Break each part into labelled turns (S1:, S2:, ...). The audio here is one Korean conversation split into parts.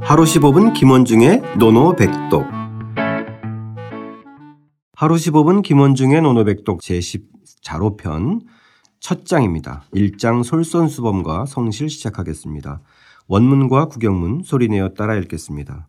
S1: 하루 15분 김원중의 노노백독 하루 15분 김원중의 노노백독 제14호편 첫 장입니다. 1장 솔선수범과 성실 시작하겠습니다. 원문과 구경문 소리내어 따라 읽겠습니다.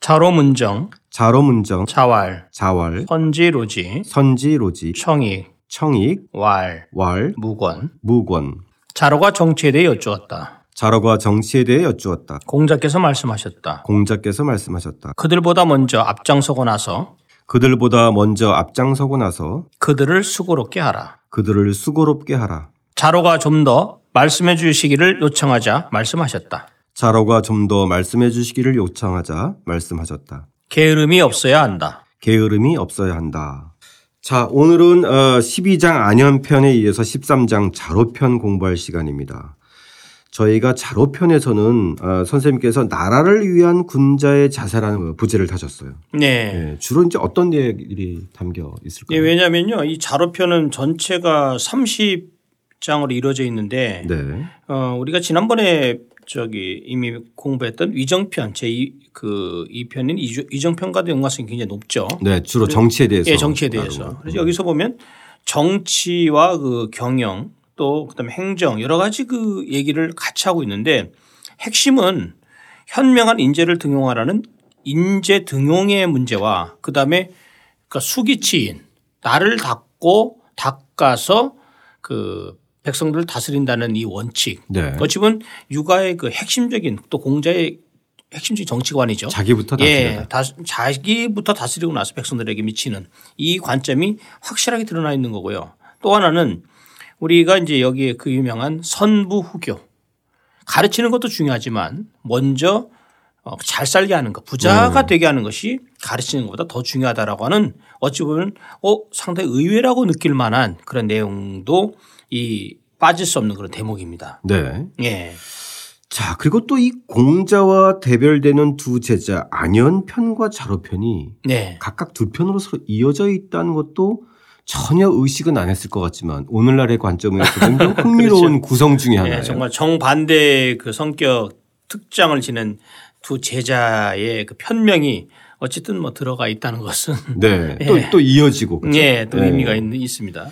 S2: 자로문정,
S1: 자로문정,
S2: 자왈,
S1: 자왈,
S2: 선지로지,
S1: 선지로지,
S2: 청익,
S1: 청익,
S2: 왈,
S1: 왈,
S2: 무권.
S1: 무권
S2: 자로가 정치에 대해 여쭈었다.
S1: 자로가 정치에 대해 여쭈었다.
S2: 공자께서 말씀하셨다.
S1: 공자께서 말씀하셨다.
S2: 그들보다 먼저 앞장서고 나서
S1: 그들보다 먼저 앞장서고 나서
S2: 그들을 수고롭게 하라.
S1: 그들을 수고롭게 하라.
S2: 자로가 좀 더 말씀해 주시기를 요청하자 말씀하셨다.
S1: 자로가 좀 더 말씀해 주시기를 요청하자 말씀하셨다.
S2: 게으름이 없어야 한다.
S1: 게으름이 없어야 한다. 자, 오늘은 어, 12장 안연편에 이어서 13장 자로편 공부할 시간입니다. 저희가 자로편에서는 어, 선생님께서 나라를 위한 군자의 자세라는 부제를 다셨어요.
S2: 네.
S1: 예, 주로 이제 어떤 얘기들이 담겨
S2: 예,
S1: 있을까요?
S2: 왜냐면요. 이 자로편은 전체가 30장으로 이루어져 있는데
S1: 네.
S2: 어, 우리가 지난번에 저기 이미 공부했던 위정편 제그 2편인 위정편과도 연관성이 굉장히 높죠.
S1: 네, 주로 정치에 대해서.
S2: 예, 정치에 대해서.
S1: 나누고.
S2: 그래서 여기서 보면 정치와 그 경영 또 그다음에 행정 여러 가지 그 얘기를 같이 하고 있는데 핵심은 현명한 인재를 등용하라는 인재 등용의 문제와 그다음에 그러니까 수기치인 나를 닦고 닦아서 그 백성들을 다스린다는 이 원칙
S1: 네.
S2: 어찌 보면 그 육아의 그 핵심적인 또 공자의 핵심적인 정치관이죠.
S1: 자기부터 다스려라.
S2: 예, 다, 자기부터 다스리고 나서 백성들에게 미치는 이 관점이 확실하게 드러나 있는 거고요. 또 하나는 우리가 이제 여기에 그 유명한 선부후교 가르치는 것도 중요하지만 먼저 어, 잘 살게 하는 것,
S1: 음.
S2: 부자가 되게 하는 것이 가르치는 것보다 더 중요하다라고 하는 어찌 보면 어, 상당히 의외라고 느낄 만한 그런 내용도 이 빠질 수 없는 그런 대목입니다.
S1: 네.
S2: 예.
S1: 자, 그리고 또 이 공자와 대별되는 두 제자 안연편과 자로편이
S2: 네.
S1: 각각 두 편으로 서로 이어져 있다는 것도 전혀 의식은 안 했을 것 같지만 오늘날의 관점에서 굉장히 흥미로운 구성 중에
S2: 예,
S1: 하나예요.
S2: 정말 정반대의 그 성격 특장을 지닌 두 제자의 그 편명이 어쨌든 뭐 들어가 있다는 것은
S1: 네. 또, 또 이어지고. 그렇죠?
S2: 예, 또
S1: 예.
S2: 의미가 있, 있습니다.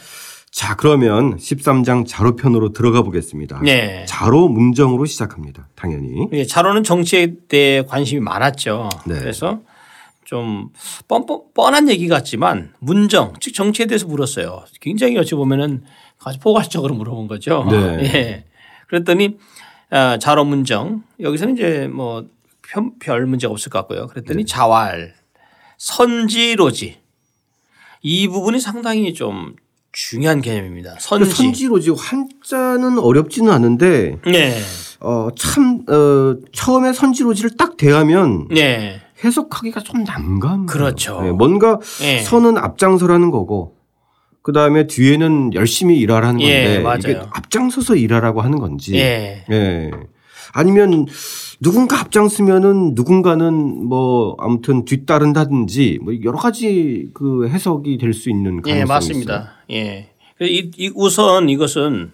S1: 자, 그러면 13장 자로편으로 들어가 보겠습니다.
S2: 네.
S1: 자로 문정으로 시작합니다. 당연히.
S2: 예, 자로는 정치에 대해 관심이 많았죠.
S1: 네.
S2: 그래서 좀 뻔뻔, 뻔한 얘기 같지만 문정, 즉 정치에 대해서 물었어요. 굉장히 어찌 보면은 아주 포괄적으로 물어본 거죠.
S1: 네.
S2: 예. 그랬더니 아, 자로 문정 여기서는 이제 뭐 편- 별 문제가 없을 것 같고요.
S1: 네.
S2: 그랬더니 자활, 선지로지 이 부분이 상당히 좀 중요한 개념입니다. 선지.
S1: 그 선지로지 한자는 어렵지는 않은데
S2: 네.
S1: 어, 참, 어, 처음에 선지로지를 딱 대하면
S2: 네.
S1: 해석하기가 좀 난감.
S2: 그렇죠.
S1: 뭔가
S2: 예.
S1: 선은 앞장서라는 거고, 그 다음에 뒤에는 열심히 일하라는 건데,
S2: 예, 맞아요.
S1: 이게 앞장서서 일하라고 하는 건지.
S2: 예.
S1: 예. 아니면 누군가 앞장서면은 누군가는 뭐 아무튼 뒤따른다든지 뭐 여러 가지 그 해석이 될 수 있는 가능성이 아,
S2: 예, 맞습니다. 예. 그래서 이, 이 우선 이것은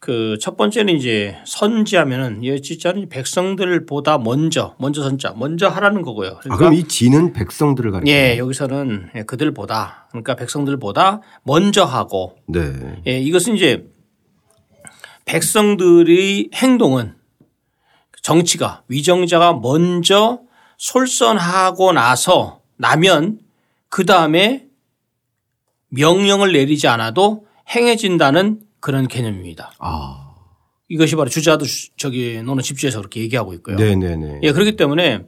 S2: 그 첫 번째는 이제 선지하면은 이 진짜는 백성들보다 먼저 먼저 선자 먼저 하라는 거고요.
S1: 있어요. 아, 그럼 이 지는 백성들을 가리켜.
S2: 그러니까 예, 여기서는 예, 그들보다 그러니까 백성들보다 먼저 하고
S1: 네.
S2: 예, 이것은 이제 백성들의 행동은 정치가 위정자가 먼저 솔선하고 나서 나면 그 다음에 명령을 내리지 않아도 행해진다는 그런 개념입니다.
S1: 아.
S2: 이것이 바로 주자도 주- 저기 노는 집주에서 그렇게 얘기하고 있고요.
S1: 네네네.
S2: 예, 그렇기 때문에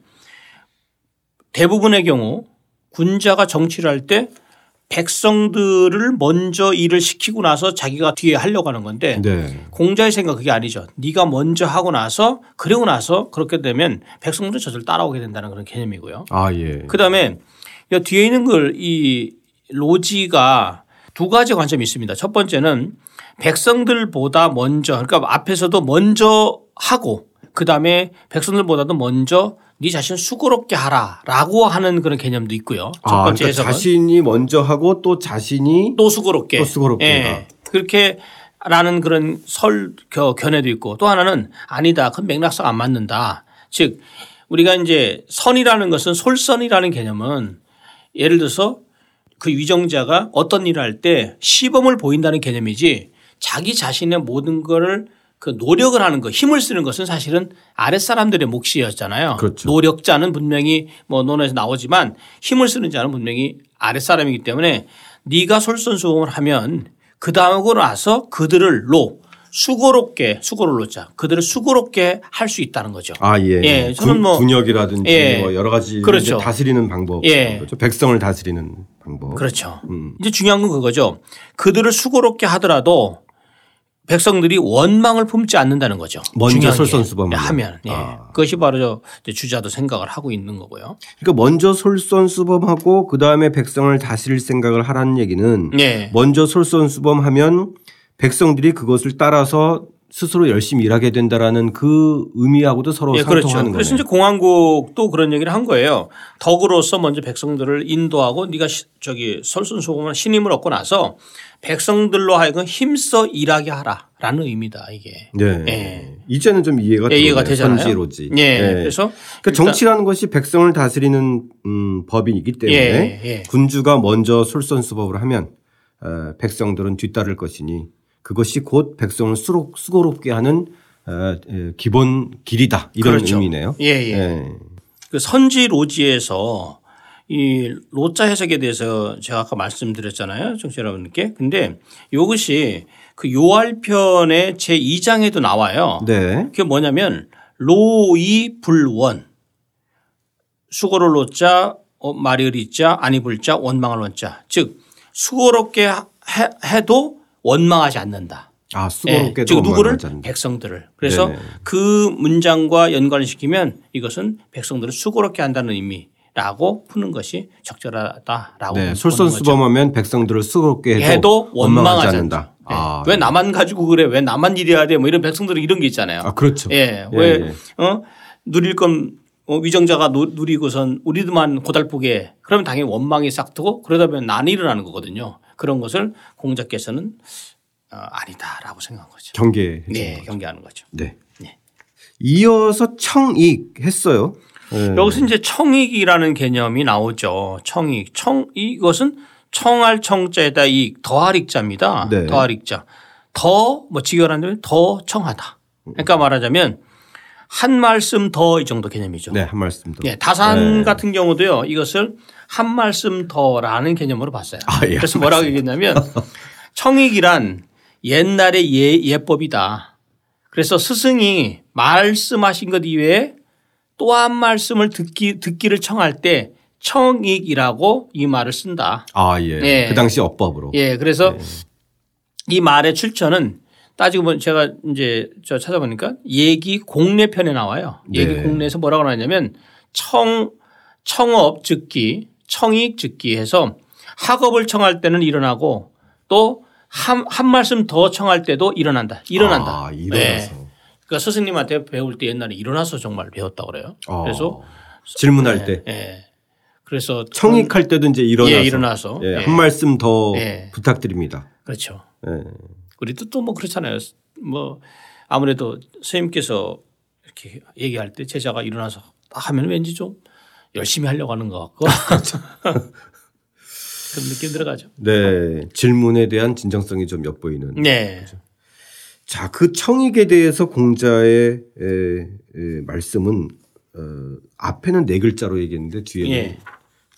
S2: 대부분의 경우 군자가 정치를 할 때 백성들을 먼저 일을 시키고 나서 자기가 뒤에 하려고 하는 건데
S1: 네.
S2: 공자의 생각 그게 아니죠. 네가 먼저 하고 나서 그리고 나서 그렇게 되면 백성들은 저절로 따라오게 된다는 그런 개념이고요.
S1: 아, 예.
S2: 그다음에 이 뒤에 있는 걸 이 로지가 두 가지 관점이 있습니다. 첫 번째는 백성들보다 먼저 그러니까 앞에서도 먼저 하고 그다음에 백성들보다도 먼저 네 자신을 수고롭게 하라라고 하는 그런 개념도 있고요. 첫
S1: 아,
S2: 번째
S1: 그러니까
S2: 해석은
S1: 자신이 먼저 하고 또 자신이
S2: 또 수고롭게
S1: 또 수고롭게.
S2: 예. 그렇게 라는 그런 설 겨- 견해도 있고 또 하나는 아니다. 그건 맥락상 안 맞는다. 즉 우리가 이제 선이라는 것은 솔선이라는 개념은 예를 들어서 그 위정자가 어떤 일을 할 때 시범을 보인다는 개념이지 자기 자신의 모든 거를 그 노력을 하는 거 힘을 쓰는 것은 사실은 아랫사람들의 몫이었잖아요.
S1: 그렇죠.
S2: 노력자는 분명히 뭐 논에서 나오지만 힘을 쓰는 자는 분명히 아랫사람이기 때문에 네가 솔선수범을 하면 그다음하고 나서 그들을 로 수고롭게 수고를 놓자 그들을 수고롭게 할 수 있다는 거죠.
S1: 아 예.
S2: 예, 저는 뭐-
S1: 군, 역이라든지
S2: 예.
S1: 뭐 여러 가지
S2: 그렇죠.
S1: 이제 다스리는 방법,
S2: 예.
S1: 그렇죠. 백성을 다스리는 방법.
S2: 그렇죠.
S1: 음.
S2: 이제 중요한 건 그거죠. 그들을 수고롭게 하더라도 백성들이 원망을 품지 않는다는 거죠.
S1: 먼저
S2: 중요한 게.
S1: 솔선수범을.
S2: 하면 예.
S1: 아.
S2: 그것이 바로 저 이제 주자도 생각을 하고 있는 거고요.
S1: 그러니까 먼저 솔선수범하고 그 다음에 백성을 다스릴 생각을 하라는 얘기는
S2: 예.
S1: 먼저 솔선수범하면 백성들이 그것을 따라서 스스로 열심히 일하게 된다라는 그 의미하고도 서로
S2: 예, 그렇죠.
S1: 상통하는
S2: 그래서
S1: 거네요.
S2: 이제 공안국도 그런 얘기를 한 거예요. 덕으로서 먼저 백성들을 인도하고 네가 시- 저기 솔선수범을 신임을 얻고 나서 백성들로 하여금 힘써 일하게 하라라는 의미다 이게.
S1: 네.
S2: 예.
S1: 이제는 좀 이해가
S2: 예, 이해가
S1: 되네요.
S2: 되잖아요.
S1: 현지로지.
S2: 예.
S1: 예.
S2: 그래서
S1: 그러니까 정치라는 것이 백성을 다스리는 음, 법이기 때문에
S2: 예, 예.
S1: 군주가 먼저 솔선수범을 하면 어, 백성들은 뒤따를 것이니 그것이 곧 백성을 수로, 수고롭게 하는 어, 예, 기본 길이다 이런
S2: 그렇죠.
S1: 의미네요.
S2: 예, 예. 그 선지 로지에서 이 로자 해석에 대해서 제가 아까 말씀드렸잖아요. 청취자 여러분께. 근데 이것이 그 요할편의 제 2장에도 나와요.
S1: 네.
S2: 그게 뭐냐면 로이 불원. 수고를 로자 어, 마리을이자 아니불자 원망을 원자. 즉 수고롭게 해, 해도 원망하지 않는다.
S1: 아 수고롭게 도
S2: 예, 즉 누구를
S1: 원망하지 않는다.
S2: 백성들을 그래서
S1: 네네.
S2: 그 문장과 연관을 시키면 이것은 백성들을 수고롭게 한다는 의미라고 푸는 것이 적절하다라고
S1: 네.
S2: 보는
S1: 솔선수범하면 백성들을 수고롭게
S2: 거죠.
S1: 해도,
S2: 해도 원망하지 않는다. 예.
S1: 아,
S2: 왜 나만 가지고 그래? 왜 나만 이래야 돼? 뭐 이런 백성들은 이런 게 있잖아요.
S1: 아, 그렇죠.
S2: 예.
S1: 예,
S2: 왜
S1: 예.
S2: 어? 누릴 건 어, 위정자가 누- 누리고선 우리들만 고달프게 그러면 당연히 원망이 싹트고 그러다 보면 난이 일어나는 거거든요. 그런 것을 공자께서는 어, 아니다라고 생각한 거죠.
S1: 경계.
S2: 네, 경계하는 거죠.
S1: 네.
S2: 예.
S1: 이어서 청익 했어요. 예.
S2: 여기서 이제 청익이라는 개념이 나오죠. 청익. 청, 이것은 청할 청자에다 이익, 더할 익자입니다.
S1: 네.
S2: 더할 익자. 더, 뭐, 직결하면 더 청하다. 그러니까 말하자면 한 말씀 더 이 정도 개념이죠.
S1: 네, 한 말씀 더.
S2: 예, 다산
S1: 네.
S2: 같은 경우도요. 이것을 한 말씀 더라는 개념으로 봤어요.
S1: 아, 예,
S2: 그래서 뭐라고 얘기했냐면 청익이란 옛날의 예, 예법이다. 그래서 스승이 말씀하신 것 이외에 또 한 말씀을 듣기, 듣기를 청할 때 청익이라고 이 말을 쓴다.
S1: 아, 예.
S2: 예.
S1: 그 당시 어법으로.
S2: 예,
S1: 네.
S2: 그래서 이 말의 출처는 따지고 보면 제가 이제 저 찾아보니까 얘기 공례 편에 나와요. 얘기
S1: 네.
S2: 공례에서 뭐라고 나냐면 청 청업 즉기 청익 즉기 해서 학업을 청할 때는 일어나고 또 한 한 말씀 더 청할 때도 일어난다. 일어난다.
S1: 아,
S2: 네.
S1: 일어나서.
S2: 그러니까 스승님한테 배울 때 옛날에 일어나서 정말 배웠다 그래요.
S1: 아,
S2: 그래서
S1: 질문할 때
S2: 예. 그래서
S1: 청익할 때도 이제 일어나서.
S2: 예, 일어나서.
S1: 예,
S2: 예.
S1: 한 말씀 더
S2: 예.
S1: 부탁드립니다.
S2: 그렇죠.
S1: 예.
S2: 우리도 또 뭐 그렇잖아요. 뭐 아무래도 선생님께서 이렇게 얘기할 때 제자가 일어나서 딱 하면 왠지 좀 열심히 하려고 하는 것 같고 그런 느낌 들어가죠.
S1: 네. 질문에 대한 진정성이 좀 엿보이는.
S2: 네.
S1: 자, 그 청익에 대해서 공자의 에, 에, 말씀은 어, 앞에는 네 글자로 얘기했는데 뒤에는
S2: 예.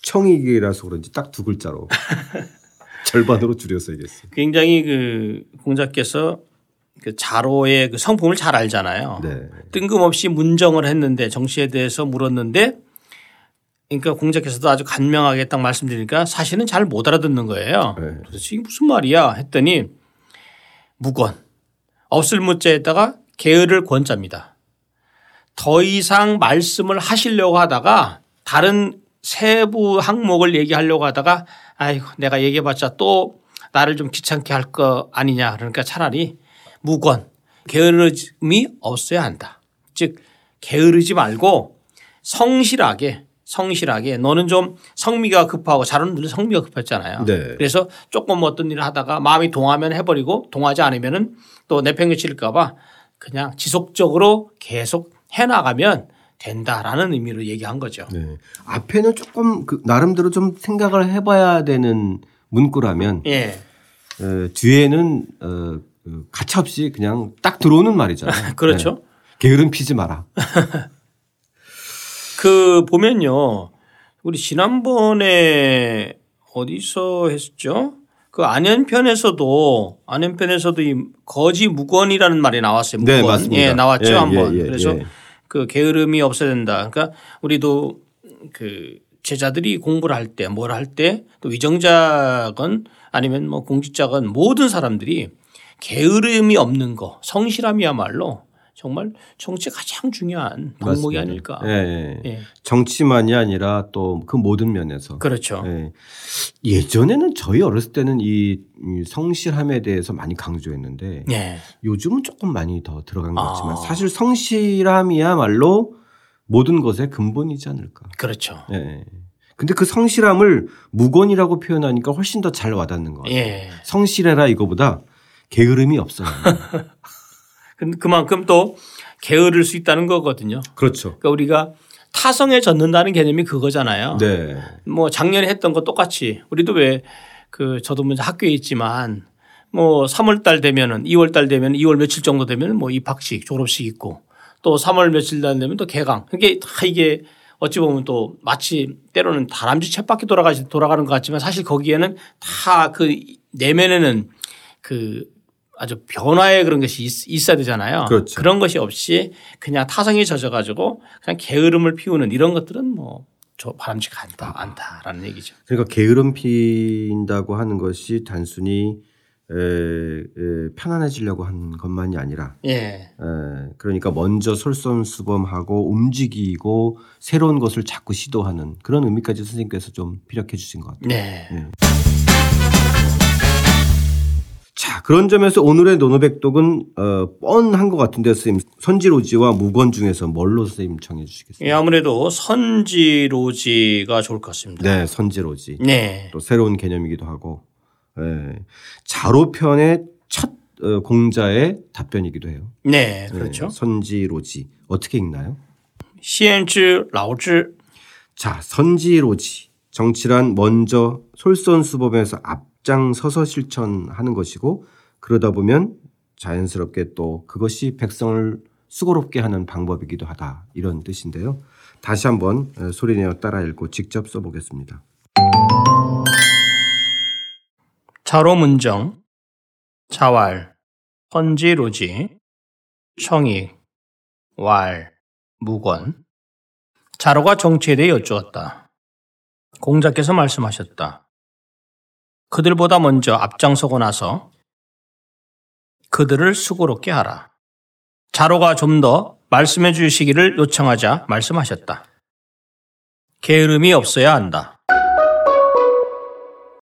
S1: 청익이라서 그런지 딱 두 글자로 절반으로 줄여서 얘기했어요.
S2: 굉장히 그 공자께서 그 자로의 그 성품을 잘 알잖아요.
S1: 네.
S2: 뜬금없이 문정을 했는데 정치에 대해서 물었는데 그러니까 공자께서도 아주 간명하게 딱 말씀드리니까 사실은 잘 못 알아듣는 거예요.
S1: 네.
S2: 도대체 이게 무슨 말이야 했더니 무권 없을 무자에다가 게으를 권자입니다. 더 이상 말씀을 하시려고 하다가 다른 세부 항목을 얘기하려고 하다가 아이고 내가 얘기해봤자 또 나를 좀 귀찮게 할 거 아니냐 그러니까 차라리 무권 게으름이 없어야 한다. 즉 게으르지 말고 성실하게 성실하게 너는 좀 성미가 급하고 자로는 늘 성미가 급했잖아요.
S1: 네.
S2: 그래서 조금 뭐 어떤 일을 하다가 마음이 동하면 해버리고 동하지 않으면은 또 내팽개칠까봐 그냥 지속적으로 계속 해나가면 된다라는 의미로 얘기한 거죠.
S1: 네. 앞에는 조금 그 나름대로 좀 생각을 해봐야 되는 문구라면
S2: 예.
S1: 어, 뒤에는 어, 그 가차없이 그냥 딱 들어오는 말이잖아요.
S2: 그렇죠.
S1: 네. 게으름 피지 마라.
S2: 그 보면요. 우리 지난번에 어디서 했죠? 그 안연편에서도 안연편에서도 이 거지 무권이라는 말이 나왔어요. 무권.
S1: 네, 맞습니다.
S2: 예, 나왔죠,
S1: 예,
S2: 한번.
S1: 예, 예,
S2: 그래서
S1: 예.
S2: 그 게으름이 없어야 된다. 그러니까 우리도 그 제자들이 공부를 할 때 뭘 할 때 또 위정자건 아니면 뭐 공직자건 모든 사람들이 게으름이 없는 거 성실함이야말로 정말 정치의 가장 중요한 덕목이
S1: 맞습니다.
S2: 아닐까.
S1: 예, 예.
S2: 예.
S1: 정치만이 아니라 또 그 모든 면에서.
S2: 그렇죠.
S1: 예. 예전에는 저희 어렸을 때는 이, 이 성실함에 대해서 많이 강조했는데
S2: 예.
S1: 요즘은 조금 많이 더 들어간 것
S2: 아.
S1: 같지만 사실 성실함이야말로 모든 것의 근본이지 않을까.
S2: 그렇죠.
S1: 예, 예. 근데 그 성실함을 무건이라고 표현하니까 훨씬 더 잘 와닿는 것 같아요.
S2: 예.
S1: 성실해라 이거보다 게으름이 없어요.
S2: 근- 그만큼 또 게으를 수 있다는 거거든요.
S1: 그렇죠.
S2: 그러니까 우리가 타성에 젖는다는 개념이 그거잖아요.
S1: 네.
S2: 뭐 작년에 했던 거 똑같이 우리도 왜 그 저도 먼저 학교에 있지만 뭐 3월 달 되면은 2월 달 되면 2월 며칠 정도 되면은 뭐 입학식 졸업식 있고 또 3월 며칠 날 되면 또 개강. 그게 다 이게 어찌 보면 또 마치 때로는 다람쥐 쳇바퀴 돌아가시 돌아가는 것 같지만 사실 거기에는 다 그 내면에는 그 아주 변화의 그런 것이 있, 있어야 되잖아요.
S1: 그렇죠.
S2: 런 것이 없이 그냥 타성에 젖어 가지고 그냥 게으름을 피우는 이런 것들은 뭐 저 바람직하다 않다라는 얘기죠.
S1: 그러니까 게으름 피인다고 하는 것이 단순히 에, 에, 편안해지려고 하는 것만이 아니라
S2: 예.
S1: 에, 그러니까 먼저 솔선수범하고 움직이고 새로운 것을 자꾸 시도하는 그런 의미까지 선생님께서 좀 피력해 주신 것 같아요.
S2: 네.
S1: 자 그런 점에서 오늘의 노노백독은 어, 뻔한 것 같은데 선생님 선지로지와 무건 중에서 뭘로 선생님 정해
S2: 예,
S1: 주시겠어요?
S2: 아무래도 선지로지가 좋을 것 같습니다.
S1: 네 선지로지.
S2: 네.
S1: 또 새로운 개념이기도 하고 예. 자로편의 첫 어, 공자의 답변이기도 해요.
S2: 네.
S1: 예,
S2: 그렇죠.
S1: 선지로지 어떻게 읽나요?
S2: 시엔즈 라오즈
S1: 자 선지로지 정치란 먼저 솔선수범에서 앞장서서 실천하는 것이고 그러다 보면 자연스럽게 또 그것이 백성을 수고롭게 하는 방법이기도 하다 이런 뜻인데요. 다시 한번 어, 소리내어 따라 읽고 직접 써보겠습니다.
S2: 자로문정 자왈 선지로지 청익 왈 무권 자로가 정치에 대해 여쭈었다. 공자께서 말씀하셨다. 그들보다 먼저 앞장서고 나서 그들을 수고롭게 하라. 자로가 좀 더 말씀해 주시기를 요청하자 말씀하셨다. 게으름이 없어야 한다.